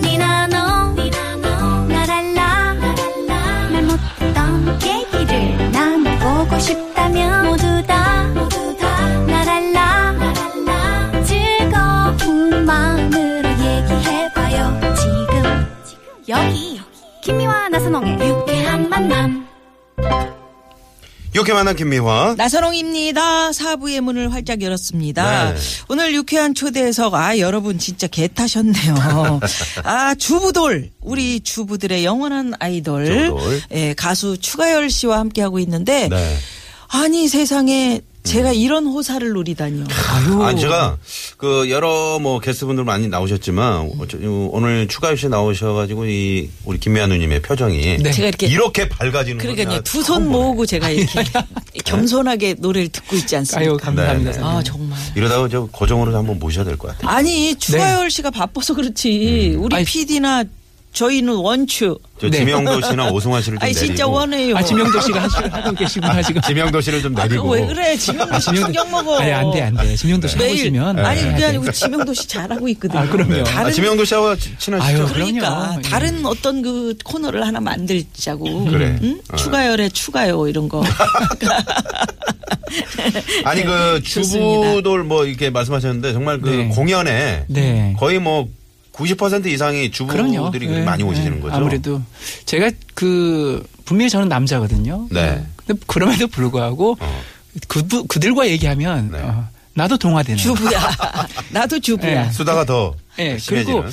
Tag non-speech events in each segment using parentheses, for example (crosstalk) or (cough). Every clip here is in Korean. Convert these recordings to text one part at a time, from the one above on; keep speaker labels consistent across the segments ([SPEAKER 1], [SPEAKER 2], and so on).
[SPEAKER 1] 니나노 날 알라 말 못했던 얘기를 나눠보고 싶다면 모두 다 날 알라 즐거운 마음으로 얘기해봐요 지금 여기 김미와 나선홍의 유쾌한 만남
[SPEAKER 2] 이렇게 만난 김미화.
[SPEAKER 3] 나선홍입니다. 사부의 문을 활짝 열었습니다.
[SPEAKER 2] 네.
[SPEAKER 3] 오늘 유쾌한 초대석 아 여러분 진짜 개
[SPEAKER 2] (laughs)
[SPEAKER 3] 타셨네요. 아 주부돌 우리 주부들의 영원한 아이돌
[SPEAKER 2] 주부돌.
[SPEAKER 3] 예, 가수 추가열 씨와 함께 하고 있는데
[SPEAKER 2] 네.
[SPEAKER 3] 아니 세상에 제가 이런 호사를 누리다니요. 아유.
[SPEAKER 2] 아, 제가 그 여러 뭐 게스트분들 많이 나오셨지만 어, 저, 어, 오늘 추가 씨 나오셔가지고 이 우리 김미아 누님의 표정이
[SPEAKER 3] 네. 제가 이렇게
[SPEAKER 2] 이렇게 밝아지는 뭐
[SPEAKER 3] 그러니까요 두 손 모으고
[SPEAKER 2] (laughs)
[SPEAKER 3] 제가 이렇게 겸손하게 노래를 듣고 있지 않습니까?
[SPEAKER 4] 아유 감사합니다.
[SPEAKER 2] 네, 네.
[SPEAKER 3] 아 정말.
[SPEAKER 2] 이러다가 저 고정으로 한번 모셔야 될 것 같아요.
[SPEAKER 3] 아니
[SPEAKER 2] 네.
[SPEAKER 3] 추가열 씨가 바빠서 그렇지
[SPEAKER 2] 음.
[SPEAKER 3] 우리
[SPEAKER 4] 아이.
[SPEAKER 3] PD나 저희는 원추.
[SPEAKER 2] 저
[SPEAKER 4] 네.
[SPEAKER 2] 지명도 씨나 오승환 씨를 좀
[SPEAKER 3] 아니
[SPEAKER 2] 내리고.
[SPEAKER 3] 진짜 원해요.
[SPEAKER 4] 아 지명도 씨가 하시- 하고 계시구나 지금.
[SPEAKER 2] 아, 지명도 씨를 좀
[SPEAKER 3] 아,
[SPEAKER 2] 내리고.
[SPEAKER 3] 그거 왜 그래? 지명도 씨 신경 먹어.
[SPEAKER 4] 아니 안돼 안돼. 지명도
[SPEAKER 2] 네.
[SPEAKER 4] 씨 하고
[SPEAKER 3] 매일
[SPEAKER 4] 있으면
[SPEAKER 3] 아니
[SPEAKER 4] 안
[SPEAKER 3] 그게
[SPEAKER 4] 돼.
[SPEAKER 3] 아니고 지명도 씨 잘하고 있거든요.
[SPEAKER 4] 아, 그럼요.
[SPEAKER 2] 아,
[SPEAKER 3] 다른
[SPEAKER 2] 지명도 씨하고 친하시죠?
[SPEAKER 4] 아유.
[SPEAKER 3] 그러니까
[SPEAKER 4] 그럼요.
[SPEAKER 3] 다른 어떤 그 코너를 하나 만들자고.
[SPEAKER 2] 그래.
[SPEAKER 3] 응?
[SPEAKER 2] 어.
[SPEAKER 3] 추가열에 추가요 이런 거.
[SPEAKER 2] 아니 그
[SPEAKER 3] 좋습니다.
[SPEAKER 2] 주부돌 뭐 이렇게 말씀하셨는데 정말 그
[SPEAKER 4] 네.
[SPEAKER 2] 공연에
[SPEAKER 4] 네.
[SPEAKER 2] 거의 뭐 90% 이상이
[SPEAKER 4] 그럼요.
[SPEAKER 2] 주부들이
[SPEAKER 4] 예,
[SPEAKER 2] 많이
[SPEAKER 3] 네.
[SPEAKER 4] 예.
[SPEAKER 2] 오시는 거죠.
[SPEAKER 4] 아무래도 제가 그 분명히 저는 남자거든요.
[SPEAKER 2] 네.
[SPEAKER 4] 근데 그럼에도 불구하고
[SPEAKER 2] 어.
[SPEAKER 4] 그, 그들과 얘기하면
[SPEAKER 2] 네.
[SPEAKER 4] 어, 나도 동화되는.
[SPEAKER 3] 주부야. (laughs) 나도 주부야.
[SPEAKER 4] 네.
[SPEAKER 2] 수다가
[SPEAKER 3] (laughs)
[SPEAKER 2] 더
[SPEAKER 4] 예,
[SPEAKER 2] 심해지는.
[SPEAKER 4] 그리고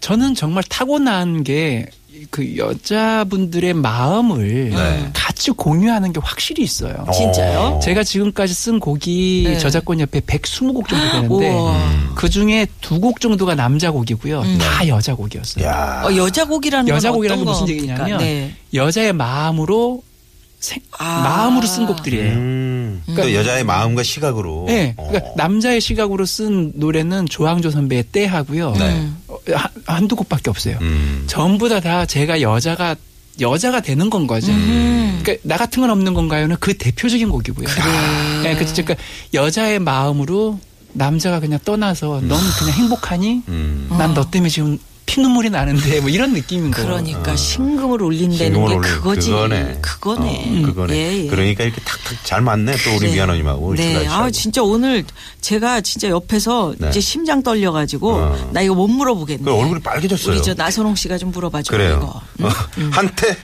[SPEAKER 4] 저는 정말 타고난 게 그 여자분들의 마음을
[SPEAKER 2] 네.
[SPEAKER 4] 같이 공유하는 게 확실히 있어요.
[SPEAKER 2] 어.
[SPEAKER 3] 진짜요?
[SPEAKER 4] 제가 지금까지 쓴 곡이
[SPEAKER 3] 네.
[SPEAKER 4] 저작권 옆에 120곡 정도 되는데
[SPEAKER 3] 우와.
[SPEAKER 2] 음.
[SPEAKER 4] 그 중에 두 곡 정도가 남자 곡이고요.
[SPEAKER 3] 음.
[SPEAKER 4] 다 여자 곡이었어요.
[SPEAKER 2] 야.
[SPEAKER 3] 어, 여자 곡이라는
[SPEAKER 4] 여자
[SPEAKER 3] 건
[SPEAKER 4] 곡이라는 게
[SPEAKER 3] 어떤
[SPEAKER 4] 무슨
[SPEAKER 3] 겁니까?
[SPEAKER 4] 얘기냐면
[SPEAKER 3] 네.
[SPEAKER 4] 여자의 마음으로 생-
[SPEAKER 3] 아.
[SPEAKER 4] 마음으로 쓴 곡들이에요.
[SPEAKER 3] 예.
[SPEAKER 2] 음. 그러니까 여자의 마음과 시각으로.
[SPEAKER 4] 네,
[SPEAKER 2] 어.
[SPEAKER 4] 그러니까 남자의 시각으로 쓴 노래는 조항조 선배의 때 하고요.
[SPEAKER 2] 네.
[SPEAKER 3] 음.
[SPEAKER 4] 어, 한- 한두 곡밖에 없어요.
[SPEAKER 2] 음.
[SPEAKER 4] 전부 다 다 제가 여자가 여자가 되는 건 거죠.
[SPEAKER 3] 음.
[SPEAKER 4] 그러니까 나 같은 건 없는 건가요는 그 대표적인 곡이고요. 네, 그 진짜 그러니까 여자의 마음으로 남자가 그냥 떠나서 넌 그냥 행복하니?
[SPEAKER 2] 음.
[SPEAKER 4] 어. 난 너 때문에 지금 피눈물이 나는데 뭐 이런 느낌인 거예요.
[SPEAKER 3] 그러니까
[SPEAKER 2] 어.
[SPEAKER 3] 신금을 울린다는
[SPEAKER 2] 신경을
[SPEAKER 3] 게
[SPEAKER 2] 올리는
[SPEAKER 3] 그거지.
[SPEAKER 2] 그거네.
[SPEAKER 3] 그거네.
[SPEAKER 2] 어, 그거네.
[SPEAKER 3] 예, 예.
[SPEAKER 2] 그러니까 이렇게 탁탁 잘 맞네. 또 우리
[SPEAKER 3] 네.
[SPEAKER 2] 미아노님하고 우리
[SPEAKER 3] 네.
[SPEAKER 2] 주가 씨하고.
[SPEAKER 3] 아 진짜 오늘 제가 진짜 옆에서
[SPEAKER 2] 네.
[SPEAKER 3] 이제 심장 떨려가지고
[SPEAKER 2] 어.
[SPEAKER 3] 나 이거 못 물어보겠네.
[SPEAKER 2] 그 얼굴이 빨개졌어요.
[SPEAKER 3] 우리 저 나선홍 씨가 좀 물어봐줘.
[SPEAKER 2] 그래요.
[SPEAKER 3] 이거. 음. 네. 응?
[SPEAKER 2] 어, 한때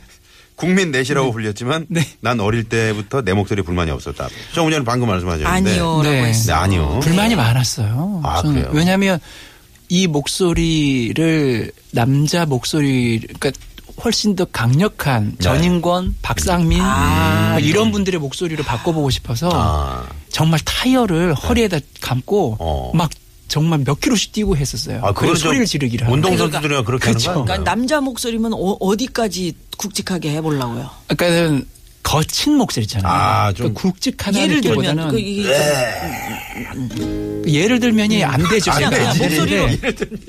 [SPEAKER 2] 국민 넷이라고 불렸지만 난 어릴 때부터 내 목소리 불만이 없었다. 조금 전에 방금 말씀하셨는데.
[SPEAKER 3] 아니요라고
[SPEAKER 4] 네.
[SPEAKER 2] 네,
[SPEAKER 3] 했어.
[SPEAKER 2] 아니요.
[SPEAKER 4] 불만이 많았어요.
[SPEAKER 2] 아,
[SPEAKER 4] 저는.
[SPEAKER 2] 그래요?
[SPEAKER 4] 왜냐하면 이 목소리를 남자 목소리 그러니까 훨씬 더
[SPEAKER 2] 네.
[SPEAKER 4] 강력한 전인권, 박상민 뭐 이런 분들의 목소리로 바꿔보고 싶어서
[SPEAKER 2] 아. 네.
[SPEAKER 4] 정말 타이어를 허리에다 감고
[SPEAKER 2] 어.
[SPEAKER 4] 막 정말 몇 킬로씩 뛰고 했었어요.
[SPEAKER 2] 아, 그건
[SPEAKER 4] 그리고
[SPEAKER 2] 좀
[SPEAKER 4] 소리를 지르기라.
[SPEAKER 2] 운동 선수들이랑 그렇게
[SPEAKER 4] 그쵸.
[SPEAKER 2] 하는 거야.
[SPEAKER 3] 그러니까 남자 목소리면 어, 디까지 굵직하게 해보려고요.
[SPEAKER 4] 그러니까는 거친 목소리잖아요.
[SPEAKER 2] 아, 좀
[SPEAKER 4] 그러니까 굵직하다
[SPEAKER 3] 예를 들면
[SPEAKER 4] 느낌보다는
[SPEAKER 3] 그 이게
[SPEAKER 2] 네.
[SPEAKER 4] 예를 들면이 안 되죠.
[SPEAKER 2] 안
[SPEAKER 4] 그러니까
[SPEAKER 2] 되지.
[SPEAKER 4] 목소리로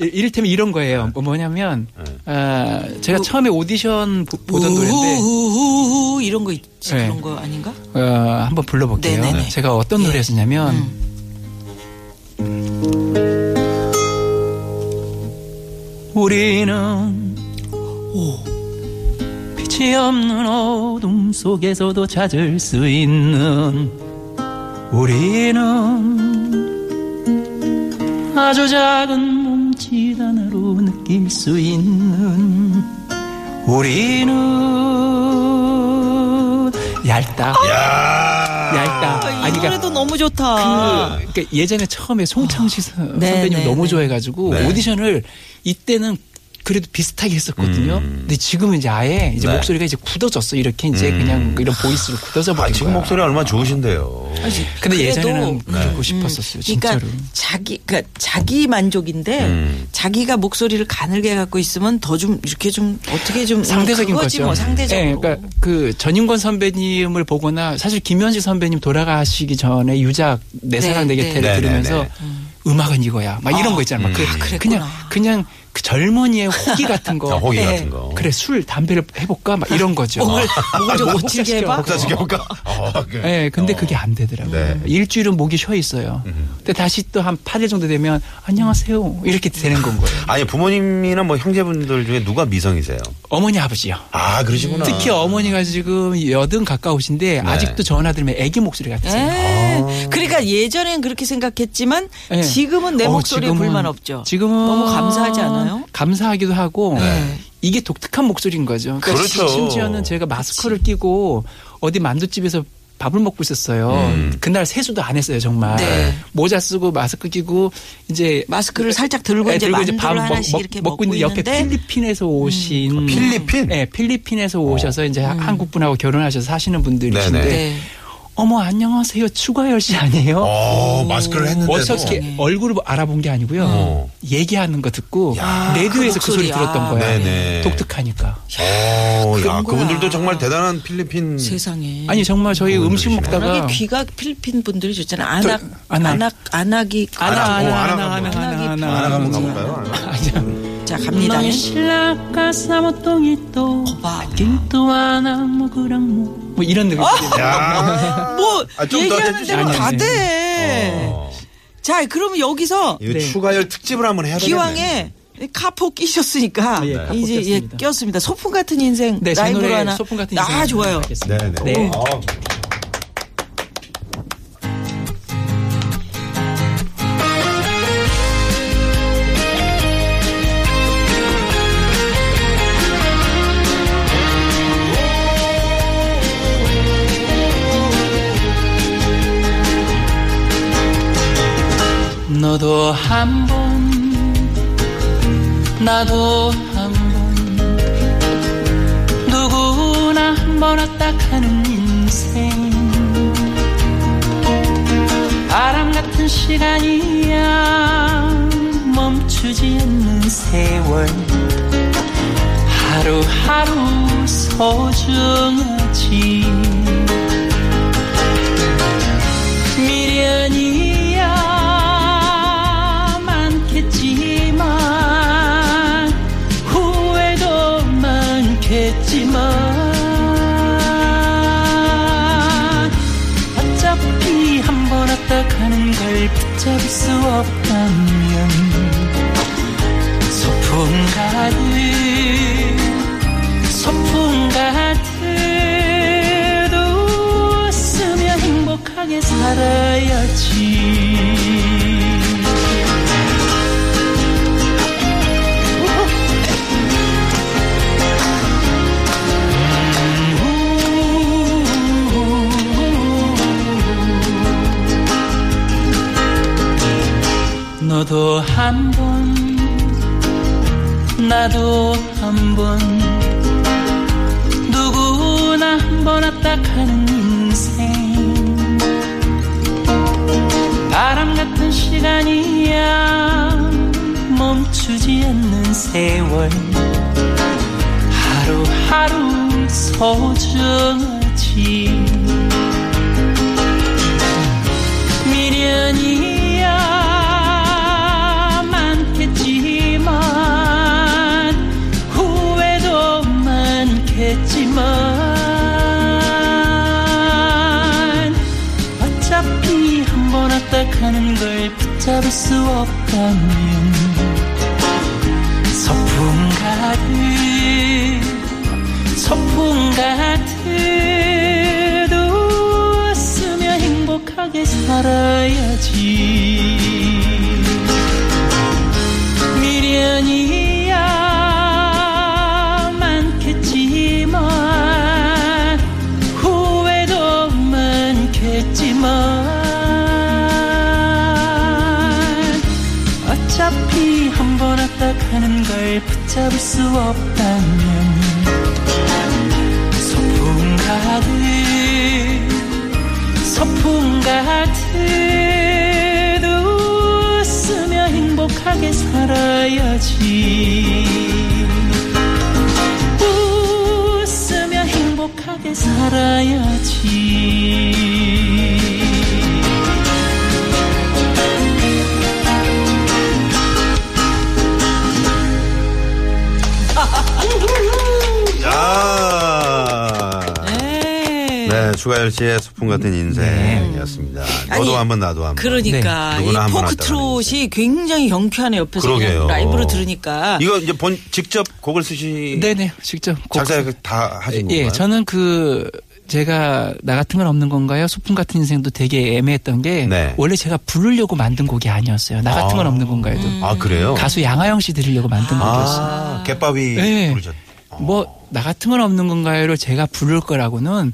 [SPEAKER 4] 이- 이를테면 이런 거예요. 뭐 뭐냐면 아, 제가 처음에 오디션 보, 던 노래인데
[SPEAKER 3] 우후후후 이런 거 있지
[SPEAKER 4] 네.
[SPEAKER 3] 그런 거 아닌가?
[SPEAKER 4] 어, 한번 불러볼게요.
[SPEAKER 3] 네네네.
[SPEAKER 4] 제가 어떤
[SPEAKER 3] 예. 음.
[SPEAKER 4] 노래였었냐면 우리는 빛이 없는 어둠 속에서도 찾을 수 있는 우리는 아주 작은 몸짓 하나로 느낄 수 있는 우리는 얇다
[SPEAKER 3] 어,
[SPEAKER 2] 야.
[SPEAKER 4] 얇다
[SPEAKER 3] 아, 이
[SPEAKER 4] 아니 그러니까
[SPEAKER 3] 노래도 너무 좋다.
[SPEAKER 4] 그러니까 예전에 처음에 송창식 선-
[SPEAKER 3] 네,
[SPEAKER 4] 선배님
[SPEAKER 3] 네,
[SPEAKER 4] 너무
[SPEAKER 3] 네.
[SPEAKER 4] 좋아해가지고
[SPEAKER 2] 네.
[SPEAKER 4] 오디션을 이때는 그래도 비슷하게 했었거든요.
[SPEAKER 2] 음.
[SPEAKER 4] 근데 지금은 이제 아예 이제
[SPEAKER 2] 네.
[SPEAKER 4] 목소리가 이제 굳어졌어. 이렇게 이제
[SPEAKER 2] 음.
[SPEAKER 4] 그냥 이런 보이스로 굳어져
[SPEAKER 2] 아,
[SPEAKER 4] 버린
[SPEAKER 2] 지금
[SPEAKER 4] 거야.
[SPEAKER 2] 목소리 음. 얼마나 좋으신데요.
[SPEAKER 4] 근데
[SPEAKER 3] 그래도-
[SPEAKER 4] 예전에는
[SPEAKER 3] 네.
[SPEAKER 4] 그러고 싶었었어요.
[SPEAKER 3] 그러니까
[SPEAKER 4] 진짜로.
[SPEAKER 3] 자기 그러니까 자기 만족인데
[SPEAKER 2] 음.
[SPEAKER 3] 자기가 목소리를 가늘게 갖고 있으면 더 좀 이렇게 좀 어떻게 좀
[SPEAKER 4] 상대적인
[SPEAKER 3] 그거지
[SPEAKER 4] 거죠.
[SPEAKER 3] 뭐 상대적으로.
[SPEAKER 4] 예, 그러니까 그 전인권 선배님을 보거나 사실 김현식 선배님 돌아가시기 전에 유작 내
[SPEAKER 3] 네,
[SPEAKER 4] 사랑 내
[SPEAKER 3] 네.
[SPEAKER 4] 곁에를
[SPEAKER 2] 네, 네,
[SPEAKER 4] 들으면서
[SPEAKER 2] 네.
[SPEAKER 4] 음악은 이거야. 막 이런 거 있잖아. 막
[SPEAKER 2] 음.
[SPEAKER 4] 그,
[SPEAKER 2] 아,
[SPEAKER 3] 그랬구나.
[SPEAKER 4] 그냥 그냥 그 젊은이의 호기
[SPEAKER 2] (laughs)
[SPEAKER 4] 같은 거.
[SPEAKER 2] 자, 아, 호기
[SPEAKER 3] 네.
[SPEAKER 2] 같은 거.
[SPEAKER 4] 그래 술 담배를 해볼까 막 이런 거죠.
[SPEAKER 3] 목을-
[SPEAKER 4] 아,
[SPEAKER 3] 목을 어, 좀
[SPEAKER 4] 뭐
[SPEAKER 3] 거칠게 해봐?
[SPEAKER 4] 시켜갖고.
[SPEAKER 2] 혹사시켜 볼까? 어, 그-
[SPEAKER 4] 예, 근데
[SPEAKER 2] 어.
[SPEAKER 4] 그게 안 되더라고요.
[SPEAKER 2] 네. 음.
[SPEAKER 4] 일주일은 목이 쉬어 있어요. 근데 다시 또 한 8일 정도 되면 안녕하세요. 이렇게 되는 건 거예요.
[SPEAKER 2] (laughs) 아니 부모님이나 뭐 형제분들 중에 누가 미성이세요?
[SPEAKER 4] 어머니 아버지요.
[SPEAKER 2] 아 그러시구나.
[SPEAKER 4] 특히 어머니가 지금 여든
[SPEAKER 2] 네.
[SPEAKER 4] 가까우신데 아직도 전화 들으면 아기 목소리 같으세요.
[SPEAKER 3] 에 그러니까 예전엔 그렇게 생각했지만
[SPEAKER 4] 예.
[SPEAKER 3] 지금은 내
[SPEAKER 4] 아. 어,
[SPEAKER 3] 목소리에
[SPEAKER 4] 지금은-
[SPEAKER 3] 불만 없죠.
[SPEAKER 4] 지금은
[SPEAKER 3] 너무 감사하지 않아요?
[SPEAKER 4] 감사하기도 하고 이게 독특한 목소리인 거죠. 그러니까
[SPEAKER 2] 네. 그렇죠.
[SPEAKER 4] 심지어는 제가 마스크를 끼고 어디 만두집에서 밥을 먹고 있었어요.
[SPEAKER 2] 음.
[SPEAKER 4] 그날 세수도 안 했어요, 정말.
[SPEAKER 3] 네.
[SPEAKER 4] 모자 쓰고 마스크 끼고 이제
[SPEAKER 3] 마스크를 살짝 들고 이제
[SPEAKER 4] 그, 예, 들고
[SPEAKER 3] 만두를
[SPEAKER 4] 먹-
[SPEAKER 3] 하나씩
[SPEAKER 4] 먹-
[SPEAKER 3] 이렇게
[SPEAKER 4] 먹고
[SPEAKER 3] 먹고
[SPEAKER 4] 있는데 옆에
[SPEAKER 3] 있는데 음.
[SPEAKER 4] 필리핀에서 오신
[SPEAKER 2] 아, 필리핀? 어.
[SPEAKER 4] 네, 필리핀에서 오셔서 이제
[SPEAKER 3] 음.
[SPEAKER 4] 한국 분하고 결혼하셔서 사시는 분들이신데
[SPEAKER 2] 네네.
[SPEAKER 3] 네.
[SPEAKER 4] 어머 안녕하세요 추가열 씨 아니에요?
[SPEAKER 2] 어, 마스크를 했는데도 네.
[SPEAKER 4] 어떻게 얼굴을 뭐 알아본 게 아니고요.
[SPEAKER 2] 어.
[SPEAKER 4] 얘기하는 거 듣고
[SPEAKER 2] 야.
[SPEAKER 4] 레디오에서
[SPEAKER 3] 그
[SPEAKER 4] 그 소리
[SPEAKER 3] 목소리야.
[SPEAKER 4] 들었던 거야.
[SPEAKER 2] 네네.
[SPEAKER 4] 독특하니까.
[SPEAKER 2] 어, 야,
[SPEAKER 3] 그런 거야.
[SPEAKER 2] 그분들도 정말 대단한 필리핀
[SPEAKER 3] 네. 세상에.
[SPEAKER 4] 아니 정말 저희
[SPEAKER 2] 음,
[SPEAKER 4] 음식
[SPEAKER 2] 그러시네.
[SPEAKER 4] 먹다가
[SPEAKER 3] 워낙에 귀가 필리핀 분들이 좋잖아요. 안악,
[SPEAKER 4] 안악.
[SPEAKER 3] 안악, 안악이.
[SPEAKER 2] 안악, 어, 안악
[SPEAKER 4] 하나
[SPEAKER 2] 한번
[SPEAKER 4] 하나 하나 음.
[SPEAKER 2] 하나 한번
[SPEAKER 4] 하나.
[SPEAKER 2] 가볼까요? 뭐. 음. 하나?
[SPEAKER 4] 아, 아니요.
[SPEAKER 3] 자, 갑니다. 어, 거봐.
[SPEAKER 4] 뭐 이런 느낌.
[SPEAKER 2] 아. 야.
[SPEAKER 3] 뭐,
[SPEAKER 2] 아, 좀더
[SPEAKER 3] 얘기하는 대로
[SPEAKER 4] 해주시죠.
[SPEAKER 3] 다
[SPEAKER 4] 아니,
[SPEAKER 3] 돼.
[SPEAKER 2] 어,
[SPEAKER 3] 자, 그러면 여기서
[SPEAKER 2] 이거 추가열 특집을 한번 해야 되겠네.
[SPEAKER 3] 기왕에
[SPEAKER 2] 예.
[SPEAKER 3] 카포 끼셨으니까
[SPEAKER 4] 예, 카포
[SPEAKER 3] 이제 예,
[SPEAKER 4] 꼈습니다.
[SPEAKER 3] 꼈습니다. 소풍 같은 인생
[SPEAKER 4] 네, 제
[SPEAKER 3] 라이브로
[SPEAKER 4] 노래
[SPEAKER 3] 하나.
[SPEAKER 4] 소풍 같은 인생.
[SPEAKER 3] 아, 좋아요.
[SPEAKER 4] 알겠습니다.
[SPEAKER 2] 네네.
[SPEAKER 4] 네.
[SPEAKER 2] 어,
[SPEAKER 4] 너도 한 번, 나도 한 번, 누구나 한 번 왔다 가는 인생. 바람 같은 시간이야, 멈추지 않는 세월. 하루하루 소중하지. 미련이야 많겠지만 후회도 많겠지만 어차피 한 번 왔다 가는 걸 붙잡을 수 없다면 소풍 가득 소풍 같은 웃으며 행복하게 살아야지. 너도 한 번, 나도 한 번, 누구나 한 번 왔다 가는 인생 바람 같은 시간이야 멈추지 않는 세월 하루하루 소중하지 미련이야 많겠지만 후회도 많겠지만 어차피 한 번 왔다 가는 걸 붙잡을 수 없다면 소풍 가득 소풍 같은 웃으며 행복하게 살아야지 미련이야 많겠지만 후회도 많겠지만 어차피 한 번 왔다 가는 걸 붙잡을 수 없다면 소풍 가득 소풍 가득 웃으며 행복하게 살아야지 웃으며 행복하게 살아야지
[SPEAKER 3] 네.
[SPEAKER 2] 추가열 네, 씨의 소풍 같은 인생이었습니다. 너도
[SPEAKER 3] 아니,
[SPEAKER 2] 한번 나도 한번. 네.
[SPEAKER 3] 그러니까 이
[SPEAKER 2] 누구나 한번
[SPEAKER 3] 포크트롯이 굉장히 경쾌하네요. 옆에서 그냥
[SPEAKER 2] 그러게요.
[SPEAKER 3] 라이브로 들으니까
[SPEAKER 2] 이거 이제 본 직접 곡을 쓰시.
[SPEAKER 4] 네네 직접 곡
[SPEAKER 2] 작사 다 하신 건가요?
[SPEAKER 4] 예, 저는 그 제가 나 같은 건 없는 건가요? 소풍 같은 인생도 되게 애매했던 게
[SPEAKER 2] 네.
[SPEAKER 4] 원래 제가 부르려고 만든 곡이 아니었어요. 나 같은 건
[SPEAKER 2] 아.
[SPEAKER 4] 없는 건가요도
[SPEAKER 2] 아 그래요?
[SPEAKER 4] 가수 양하영 씨 드리려고 만든 곡이었어요.
[SPEAKER 2] 아 갯바위
[SPEAKER 4] 네.
[SPEAKER 2] 부르셨. 어.
[SPEAKER 4] 뭐 나 같은 건 없는 건가요를 제가 부를 거라고는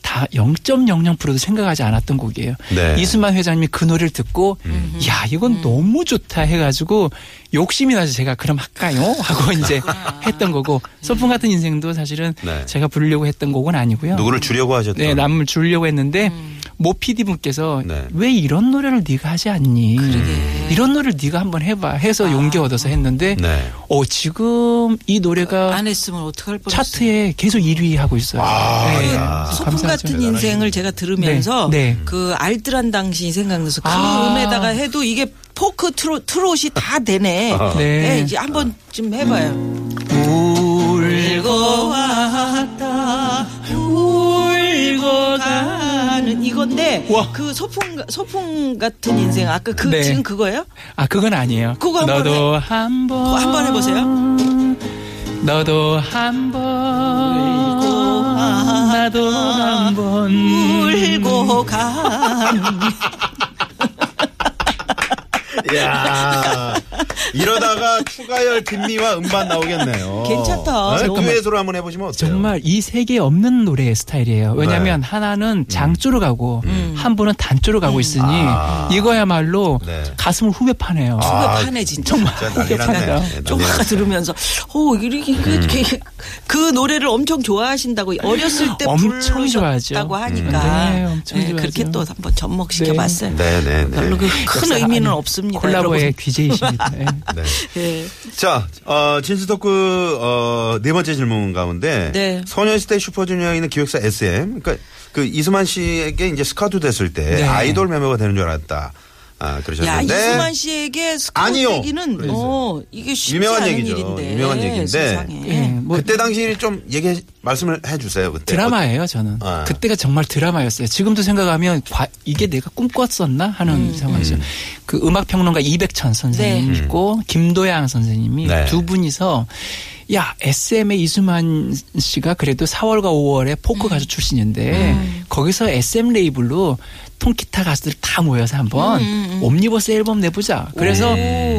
[SPEAKER 4] 다 0.00%도 생각하지 않았던 곡이에요.
[SPEAKER 2] 네.
[SPEAKER 4] 이순만 회장님이 그 노래를 듣고 야 이건 너무 좋다 해가지고 욕심이 나서 제가 그럼 할까요 하고 이제 했던 거고 소풍 같은 인생도 사실은
[SPEAKER 2] 네.
[SPEAKER 4] 제가 부르려고 했던 곡은 아니고요.
[SPEAKER 2] 누구를 주려고 하셨던.
[SPEAKER 4] 네, 남을 주려고 했는데 모 PD 분께서
[SPEAKER 2] 네.
[SPEAKER 4] 왜 이런 노래를 네가 하지 않니? 이런 노래를 네가 한번 해봐 해서 용기 얻어서 했는데
[SPEAKER 3] (laughs)
[SPEAKER 2] 네.
[SPEAKER 4] 어 지금 이 노래가
[SPEAKER 3] 안 했으면 어떡할 뻔했어요.
[SPEAKER 4] 차트에 계속 1위 하고 있어요. 네.
[SPEAKER 2] 아, 야.
[SPEAKER 4] 그래서
[SPEAKER 3] 소풍
[SPEAKER 4] 감사하죠.
[SPEAKER 3] 같은 인생을 제가 들으면서
[SPEAKER 4] 네, 네.
[SPEAKER 3] 그 알뜰한 당신이 생각나서 그
[SPEAKER 4] 아.
[SPEAKER 3] 음에다가 해도 이게 포크 트롯, 트롯이 다 되네.
[SPEAKER 2] 어.
[SPEAKER 4] 네.
[SPEAKER 3] 네, 이제 한번 좀 해봐요.
[SPEAKER 4] 울고
[SPEAKER 3] 왔다 울고 가는 이건데
[SPEAKER 4] 네. 와.
[SPEAKER 3] 그 소풍 소풍 같은 인생 아까 그
[SPEAKER 4] 네.
[SPEAKER 3] 지금 그거예요?
[SPEAKER 4] 아 그건 아니에요.
[SPEAKER 3] 그거 한번
[SPEAKER 4] 너도 한번
[SPEAKER 3] 그거 한번 해보세요.
[SPEAKER 4] 너도 한번
[SPEAKER 3] 울고
[SPEAKER 4] 나도
[SPEAKER 3] 왔다.
[SPEAKER 4] 한번
[SPEAKER 3] 울고 가는
[SPEAKER 2] 야 이러다가 추가열 김미와 음반 나오겠네요.
[SPEAKER 3] 괜찮다.
[SPEAKER 2] 네?
[SPEAKER 3] 정말.
[SPEAKER 2] 듀엣으로 한번 해보시면 어때요?
[SPEAKER 4] 정말 이 세 개 없는 노래의 스타일이에요. 왜냐하면
[SPEAKER 2] 네.
[SPEAKER 4] 하나는 장조로 가고 한 분은 단조로 가고 있으니
[SPEAKER 2] 음. 아.
[SPEAKER 4] 이거야말로
[SPEAKER 2] 네.
[SPEAKER 4] 가슴을 후벼 파네요.
[SPEAKER 2] 아,
[SPEAKER 3] 파네 진짜.
[SPEAKER 2] 진짜 난리 났네.
[SPEAKER 4] 괜찮아요.
[SPEAKER 2] 네, 난리
[SPEAKER 3] 조금
[SPEAKER 2] 났어요.
[SPEAKER 3] 들으면서 오 이렇게
[SPEAKER 4] 음.
[SPEAKER 3] 그, 그, 그 노래를 엄청 좋아하신다고 어렸을 때
[SPEAKER 4] 엄청
[SPEAKER 3] 부르셨다고
[SPEAKER 4] 좋아하죠.
[SPEAKER 3] 하니까
[SPEAKER 4] 음. 네, 엄청 좋아하죠.
[SPEAKER 3] 그렇게 또 한번 접목시켜봤어요.
[SPEAKER 2] 네네네.
[SPEAKER 3] 별로 그 큰
[SPEAKER 4] 역사
[SPEAKER 3] 의미는
[SPEAKER 4] 아니,
[SPEAKER 3] 없습니다.
[SPEAKER 4] 콜라보의 귀재이십니다.
[SPEAKER 3] (laughs)
[SPEAKER 2] 네.
[SPEAKER 4] 네.
[SPEAKER 3] 여러분. 예.
[SPEAKER 2] 자, 어, 진스토크, 어, 네 번째 질문 가운데.
[SPEAKER 3] 네.
[SPEAKER 2] 소녀시대 슈퍼주니어에 있는 기획사 SM. 그러니까 그 이수만 씨에게 이제 스카우트 됐을 때
[SPEAKER 4] 네.
[SPEAKER 2] 아이돌 매매가 되는 줄 알았다. 아,
[SPEAKER 3] 야
[SPEAKER 2] 그러셨는데.
[SPEAKER 3] 이수만 씨에게
[SPEAKER 2] 아니요.
[SPEAKER 3] 스카우트기는 어 이게 쉽지
[SPEAKER 2] 유명한
[SPEAKER 3] 않은
[SPEAKER 2] 얘기죠.
[SPEAKER 3] 일인데
[SPEAKER 2] 유명한 얘기인데.
[SPEAKER 3] 세상에.
[SPEAKER 4] 예, 뭐
[SPEAKER 2] 그때 당시 좀 얘기, 말씀을 해 주세요. 그때.
[SPEAKER 4] 드라마예요 저는
[SPEAKER 2] 아.
[SPEAKER 4] 그때가 정말 드라마였어요 지금도 생각하면 과- 이게 내가 꿈꿨었나 하는 상황이죠 그 음악평론가 이백천 선생님 있고 김도양 선생님이
[SPEAKER 2] 음. 네.
[SPEAKER 4] 두 분이서 야 SM의 이수만 씨가 그래도 4월과 5월에 포크 가수 출신인데 거기서 SM 레이블로 통기타 가수들 다 모여서 한번 옴니버스 앨범 내보자 그래서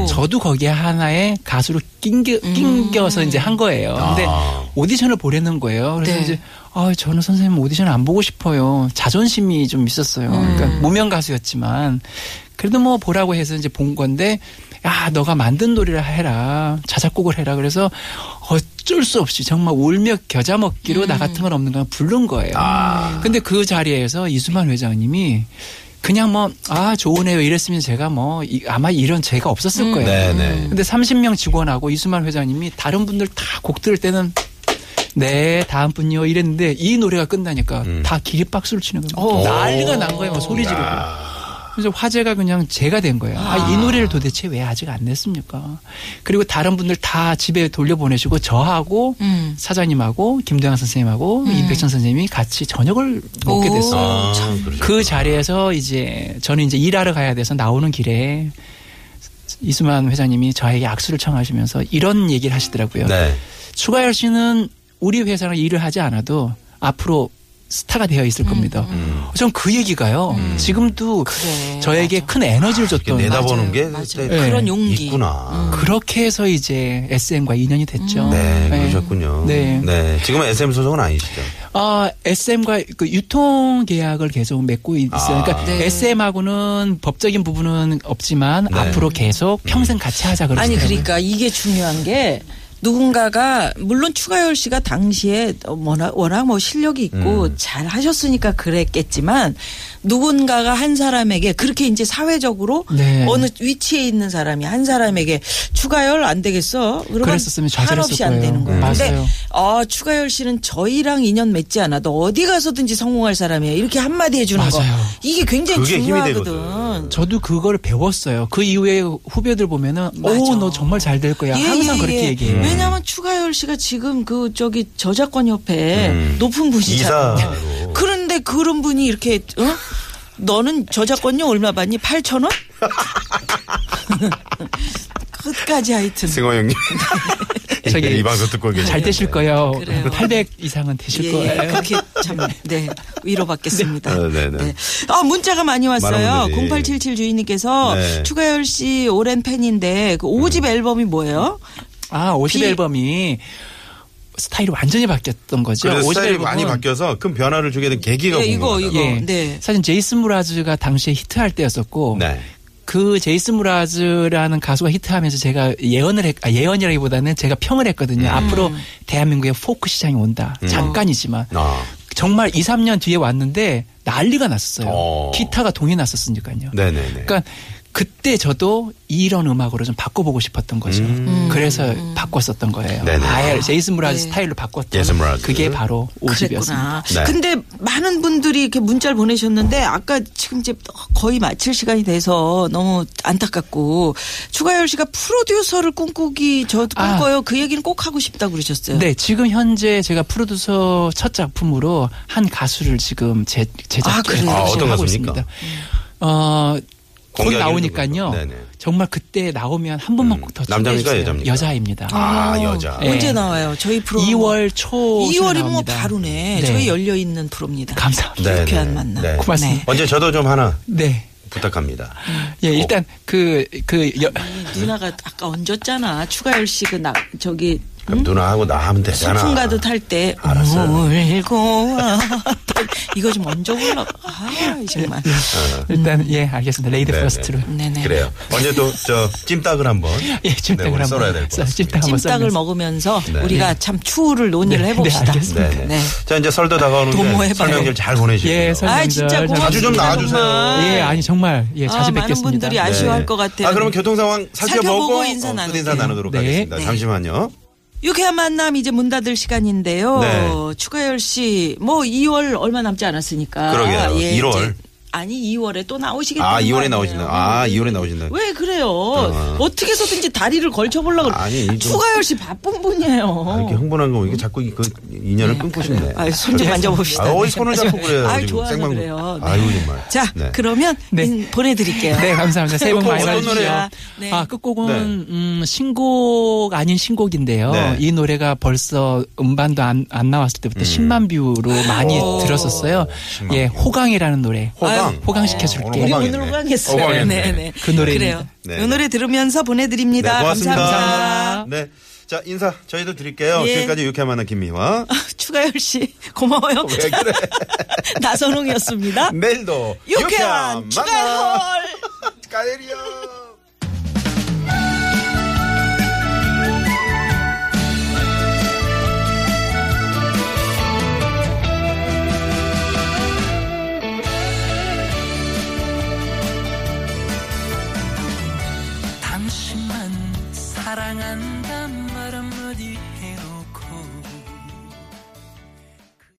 [SPEAKER 4] 저도 거기에 하나의 가수로 낑겨, 낑겨서 이제 한 거예요 근데
[SPEAKER 2] 아.
[SPEAKER 4] 오디션을 보려는 거예요. 그래서
[SPEAKER 3] 네.
[SPEAKER 4] 이제 아, 저는 선생님 오디션 안 보고 싶어요. 자존심이 좀 있었어요. 그러니까 무명 가수였지만 그래도 뭐 보라고 해서 이제 본 건데 야, 너가 만든 노래를 해라. 자작곡을 해라. 그래서 어쩔 수 없이 정말 울며 겨자 먹기로 나 같은 건 없는 건 부른 거예요. 근데 그 자리에서 이수만 회장님이 그냥 뭐 아 좋으네요 이랬으면 제가 뭐 이- 아마 이런 제가 없었을 거예요.
[SPEAKER 2] 네네.
[SPEAKER 4] 근데 30명 직원하고 이수만 회장님이 다른 분들 다 곡 들을 때는 네 다음 분요 이랬는데 이 노래가 끝나니까 다 기립박수를 치는 거예요. 난리가 난 거예요. 막 소리 지르고. 그래서 화제가 그냥 제가 된 거예요. 아, 이 노래를 도대체 왜 아직 안 냈습니까? 그리고 다른 분들 다 집에 돌려보내시고 저하고
[SPEAKER 3] 음.
[SPEAKER 4] 사장님하고 김도영 선생님하고 임백천 선생님이 같이 저녁을 먹게
[SPEAKER 3] 오.
[SPEAKER 4] 됐어요.
[SPEAKER 2] 아, 그러셨구나.
[SPEAKER 4] 그 자리에서 이제 저는 이제 일하러 가야 돼서 나오는 길에 이수만 회장님이 저에게 악수를 청하시면서 이런 얘기를 하시더라고요.
[SPEAKER 2] 네.
[SPEAKER 4] 추가열 씨는 우리 회사랑 일을 하지 않아도 앞으로 스타가 되어 있을 겁니다.
[SPEAKER 2] 음.
[SPEAKER 4] 전 그 얘기가요. 지금도 저에게 큰 에너지를
[SPEAKER 2] 이렇게
[SPEAKER 4] 줬던
[SPEAKER 2] 내다보는 게
[SPEAKER 3] 맞아요.
[SPEAKER 2] 그때
[SPEAKER 4] 네.
[SPEAKER 3] 그런 용기.
[SPEAKER 2] 있구나.
[SPEAKER 4] 음. 그렇게 해서 이제 SM과 인연이 됐죠.
[SPEAKER 2] 네, 그러셨군요.
[SPEAKER 4] 네.
[SPEAKER 2] 지금은 SM 소속은 아니시죠?
[SPEAKER 4] 아, SM과 그 유통 계약을 계속 맺고 있어요.
[SPEAKER 2] 아.
[SPEAKER 4] 그러니까 SM하고는 법적인 부분은 없지만
[SPEAKER 2] 네.
[SPEAKER 4] 앞으로 계속 평생 같이 하자 그러더라고요.
[SPEAKER 3] 아니 그러니까 이게 중요한 게 누군가가 물론 추가열 씨가 당시에 워낙, 워낙 뭐 실력이 있고
[SPEAKER 2] 음.
[SPEAKER 3] 잘 하셨으니까 그랬겠지만 누군가가 한 사람에게 그렇게 이제 사회적으로
[SPEAKER 4] 네.
[SPEAKER 3] 어느 위치에 있는 사람이 한 사람에게 추가열 안 되겠어 그러면
[SPEAKER 4] 그랬었으면 좌절했을
[SPEAKER 3] 한없이 안
[SPEAKER 4] 거예요. 음.
[SPEAKER 3] 되는 거예요.
[SPEAKER 4] 맞아요.
[SPEAKER 3] 근데 어, 추가열 씨는 저희랑 인연 맺지 않아도 어디 가서든지 성공할 사람이에요. 이렇게 한마디 해주는 거
[SPEAKER 4] 맞아요.
[SPEAKER 3] 이게 굉장히
[SPEAKER 2] 그게 힘이
[SPEAKER 3] 중요하거든.
[SPEAKER 2] 되거든.
[SPEAKER 4] 저도 그걸 배웠어요. 그 이후에 후배들 보면은 오, 너 정말 잘 될 거야.
[SPEAKER 3] 예,
[SPEAKER 4] 항상
[SPEAKER 3] 예,
[SPEAKER 4] 그렇게
[SPEAKER 3] 예.
[SPEAKER 4] 얘기해요.
[SPEAKER 3] 왜냐하면 추가열 씨가 지금 그 저기 저작권 협회
[SPEAKER 2] 음.
[SPEAKER 3] 높은 분이잖아요.
[SPEAKER 2] 이사로.
[SPEAKER 3] (laughs) 그런데 근데 그런 분이 이렇게 어? 너는 저작권료 얼마 받니? 8천 원? (laughs) 끝까지 하여튼
[SPEAKER 2] 승호 형님.
[SPEAKER 4] (laughs) 저기
[SPEAKER 2] 이 방송 듣고 계시죠?
[SPEAKER 4] 잘 되실 거예요.
[SPEAKER 3] 그래요.
[SPEAKER 4] 800 이상은 되실
[SPEAKER 3] 예, 예,
[SPEAKER 4] 거예요.
[SPEAKER 3] (laughs) 그렇게 참, 네, 위로받겠습니다.
[SPEAKER 2] 네. 아, 네, 네.
[SPEAKER 3] 아, 문자가 많이 왔어요.
[SPEAKER 2] 많은 분들이.
[SPEAKER 3] 0877 주인님께서
[SPEAKER 2] 네. 음.
[SPEAKER 3] 추가열 씨 오랜 팬인데 그 5집 앨범이 뭐예요?
[SPEAKER 4] 아, 50
[SPEAKER 3] 비-
[SPEAKER 4] 앨범이 스타일이 완전히 바뀌었던 거죠.
[SPEAKER 2] 그래서
[SPEAKER 4] 50
[SPEAKER 2] 스타일이
[SPEAKER 4] 앨범은
[SPEAKER 2] 많이 바뀌어서 큰 변화를 주게 된 계기가
[SPEAKER 3] 예, 이거,
[SPEAKER 2] 궁금하다.
[SPEAKER 3] 이거.
[SPEAKER 4] 예.
[SPEAKER 3] 네.
[SPEAKER 4] 사실 제이슨 무라즈가 당시에 히트할 때였었고
[SPEAKER 2] 네.
[SPEAKER 4] 그 제이슨 무라즈라는 가수가 히트하면서 제가 예언을 했, 아, 예언이라기보다는 제가 평을
[SPEAKER 2] 음.
[SPEAKER 4] 했거든요. 앞으로 대한민국의 포크 시장이 온다. 잠깐이지만
[SPEAKER 2] 아,
[SPEAKER 4] 정말 2, 3년 뒤에 왔는데 난리가 났었어요.
[SPEAKER 2] 어.
[SPEAKER 4] 기타가 동이 났었으니까요.
[SPEAKER 2] 네네네.
[SPEAKER 4] 그러니까 그때 저도 이런 음악으로 좀 바꿔보고 싶었던 거죠. 그래서 바꿨었던 거예요.
[SPEAKER 2] 음. 네네.
[SPEAKER 4] 아예 제이슨 무라즈
[SPEAKER 3] 네.
[SPEAKER 4] 스타일로 바꿨던
[SPEAKER 2] 제이슨 무라즈.
[SPEAKER 4] 그게 바로 50이었습니다.
[SPEAKER 3] 그랬구나.
[SPEAKER 2] 네.
[SPEAKER 3] 근데 많은 분들이 이렇게 문자를 보내셨는데 아까 지금 이제 거의 마칠 시간이 돼서 너무 안타깝고 추가열 씨가 프로듀서를 꿈꾸기 저
[SPEAKER 4] 아.
[SPEAKER 3] 꿈꿔요. 그 얘기는 꼭 하고 싶다고 그러셨어요.
[SPEAKER 4] 네, 지금 현재 제가 프로듀서 첫 작품으로 한 가수를 지금 제, 제작
[SPEAKER 3] 아, 그래요?
[SPEAKER 4] 지금
[SPEAKER 3] 아,
[SPEAKER 2] 어떤
[SPEAKER 4] 하고
[SPEAKER 2] 가수입니까?
[SPEAKER 4] 있습니다. 어, 곧
[SPEAKER 2] 공개하기는
[SPEAKER 4] 나오니까요.
[SPEAKER 2] 좀 그렇고. 네네.
[SPEAKER 4] 정말 그때 나오면 한 번만
[SPEAKER 2] 음.
[SPEAKER 4] 꼭더
[SPEAKER 2] 남자입니까? 여자입니까?
[SPEAKER 4] 여자입니다.
[SPEAKER 2] 아, 여자.
[SPEAKER 4] 예.
[SPEAKER 3] 어, 언제 나와요? 저희 프로
[SPEAKER 4] 2월 초
[SPEAKER 3] 2월이면 뭐 바로네.
[SPEAKER 4] 네.
[SPEAKER 3] 저희 열려 있는 프로입니다.
[SPEAKER 4] 감사합니다.
[SPEAKER 2] 네,
[SPEAKER 3] 유쾌한
[SPEAKER 2] 네,
[SPEAKER 3] 만남.
[SPEAKER 2] 네.
[SPEAKER 4] 고맙습니다.
[SPEAKER 2] 언제 저도 좀 하나
[SPEAKER 4] 네.
[SPEAKER 2] 부탁합니다.
[SPEAKER 4] 예, 일단
[SPEAKER 2] 어.
[SPEAKER 4] 그, 그, 여,
[SPEAKER 3] 네. 누나가 아까 얹었잖아. 추가열 씨그나 저기
[SPEAKER 2] 그럼 누나하고 나 하면 되잖아.
[SPEAKER 3] 소풍가도 탈 때
[SPEAKER 2] 알았어요.
[SPEAKER 3] 울고 와. 이거 좀 얹어 올라. 아 정말.
[SPEAKER 4] 일단, 예, 알겠습니다. 레이드
[SPEAKER 2] 네,
[SPEAKER 4] 퍼스트로.
[SPEAKER 3] 네네.
[SPEAKER 2] 그래요. 언제 또 저 찜닭을
[SPEAKER 3] (laughs)
[SPEAKER 2] 한번.
[SPEAKER 4] 예, 찜닭을
[SPEAKER 2] 네, 오늘
[SPEAKER 4] 한번
[SPEAKER 2] 썰어야 될 것
[SPEAKER 4] 썰-
[SPEAKER 2] 같습니다.
[SPEAKER 4] 찜닭 한번
[SPEAKER 3] 찜닭을
[SPEAKER 4] 썰면서.
[SPEAKER 3] 먹으면서
[SPEAKER 2] 네.
[SPEAKER 3] 우리가 참 추후를 논의를
[SPEAKER 4] 네,
[SPEAKER 3] 해봅시다.
[SPEAKER 4] 네, 알겠습니다.
[SPEAKER 2] 네네.
[SPEAKER 3] 네.
[SPEAKER 2] 자 이제 설도 다가오는데
[SPEAKER 3] 도모해봐요.
[SPEAKER 2] 설명절 잘 보내시고요. 네.
[SPEAKER 4] 예, 설명
[SPEAKER 3] 아, 진짜
[SPEAKER 4] 잘
[SPEAKER 3] 고맙습니다.
[SPEAKER 2] 자주 좀 나와주세요.
[SPEAKER 3] 정말.
[SPEAKER 4] 예, 아니 정말 예,
[SPEAKER 3] 아,
[SPEAKER 4] 자주
[SPEAKER 3] 많은
[SPEAKER 4] 뵙겠습니다.
[SPEAKER 3] 분들이 아쉬워할 것 같아요.
[SPEAKER 2] 아 그러면 교통 상황 살펴보고,
[SPEAKER 3] 살펴보고 인사
[SPEAKER 2] 어,
[SPEAKER 3] 나눌게요.
[SPEAKER 2] 끝인사 나누도록
[SPEAKER 4] 네.
[SPEAKER 2] 하겠습니다.
[SPEAKER 3] 네.
[SPEAKER 2] 잠시만요.
[SPEAKER 3] 유쾌한 만남 이제 문 닫을 시간인데요.
[SPEAKER 2] 네.
[SPEAKER 3] 추가열 씨, 뭐 2월 얼마 남지 않았으니까. 아, 예,
[SPEAKER 2] 그러게요. 일월.
[SPEAKER 3] 이제- 아니 2월에 또 나오시겠다.
[SPEAKER 2] 아 2월에 나오신다. 아 2월에 나오신다.
[SPEAKER 3] 왜 그래요? 어떻게 해서든지 다리를 걸쳐보려고.
[SPEAKER 2] 아니, 좀-
[SPEAKER 3] 추가열 씨 바쁜
[SPEAKER 2] 아, 이렇게
[SPEAKER 3] 분이에요.
[SPEAKER 2] 흥분한 거 이게 자꾸 이- 그 인연을 끊고 싶네.
[SPEAKER 3] 어. 아, 손 좀 만져봅시다.
[SPEAKER 2] 아, 어이 손을 잡고 그래요.
[SPEAKER 3] 아유,
[SPEAKER 2] 지금
[SPEAKER 3] 좋아서
[SPEAKER 2] 생방송.
[SPEAKER 3] 그래요. 네.
[SPEAKER 2] 아유 정말.
[SPEAKER 3] 자,
[SPEAKER 2] 네.
[SPEAKER 3] 그러면
[SPEAKER 4] 네.
[SPEAKER 3] 인- 보내드릴게요.
[SPEAKER 2] (laughs)
[SPEAKER 4] 네, 감사합니다. 새해 복
[SPEAKER 2] 끝곡
[SPEAKER 4] 많이
[SPEAKER 2] 어떤
[SPEAKER 4] 받으십시오.
[SPEAKER 2] 노래요?
[SPEAKER 3] 네.
[SPEAKER 4] 아, 끝곡은
[SPEAKER 2] 네.
[SPEAKER 4] 음, 신곡 아닌 신곡인데요.
[SPEAKER 2] 네.
[SPEAKER 4] 이 노래가 벌써 음반도 안, 안 나왔을 때부터 10만 뷰로 많이
[SPEAKER 3] 오.
[SPEAKER 4] 들었었어요.
[SPEAKER 2] 10만
[SPEAKER 4] 예,
[SPEAKER 2] 음. 뷰.
[SPEAKER 4] 호강이라는 노래.
[SPEAKER 2] 호강.
[SPEAKER 4] 호강
[SPEAKER 2] 어,
[SPEAKER 4] 시켜줄게.
[SPEAKER 3] 우리
[SPEAKER 4] 요
[SPEAKER 2] 호강했네.
[SPEAKER 3] 오늘 호강했어요.
[SPEAKER 2] 호강했네.
[SPEAKER 4] 그 노래입니다.
[SPEAKER 3] 그래요.
[SPEAKER 2] 네,
[SPEAKER 3] 이
[SPEAKER 2] 네.
[SPEAKER 3] 노래 들으면서 보내드립니다.
[SPEAKER 2] 네, 고맙습니다.
[SPEAKER 3] 감사합니다.
[SPEAKER 2] 네. 자 인사 저희도 드릴게요.
[SPEAKER 3] 예.
[SPEAKER 2] 지금까지 유쾌한 만남
[SPEAKER 3] (laughs)
[SPEAKER 2] 김미화.
[SPEAKER 3] 추가열 씨 고마워요.
[SPEAKER 2] 왜 그래?
[SPEAKER 3] (laughs) 나선홍이었습니다.
[SPEAKER 2] 내일도
[SPEAKER 3] 유쾌한
[SPEAKER 2] 만남.
[SPEAKER 3] 추가열.
[SPEAKER 2] 가을이요.
[SPEAKER 4] 당신만 사랑한단 말 한마디 해요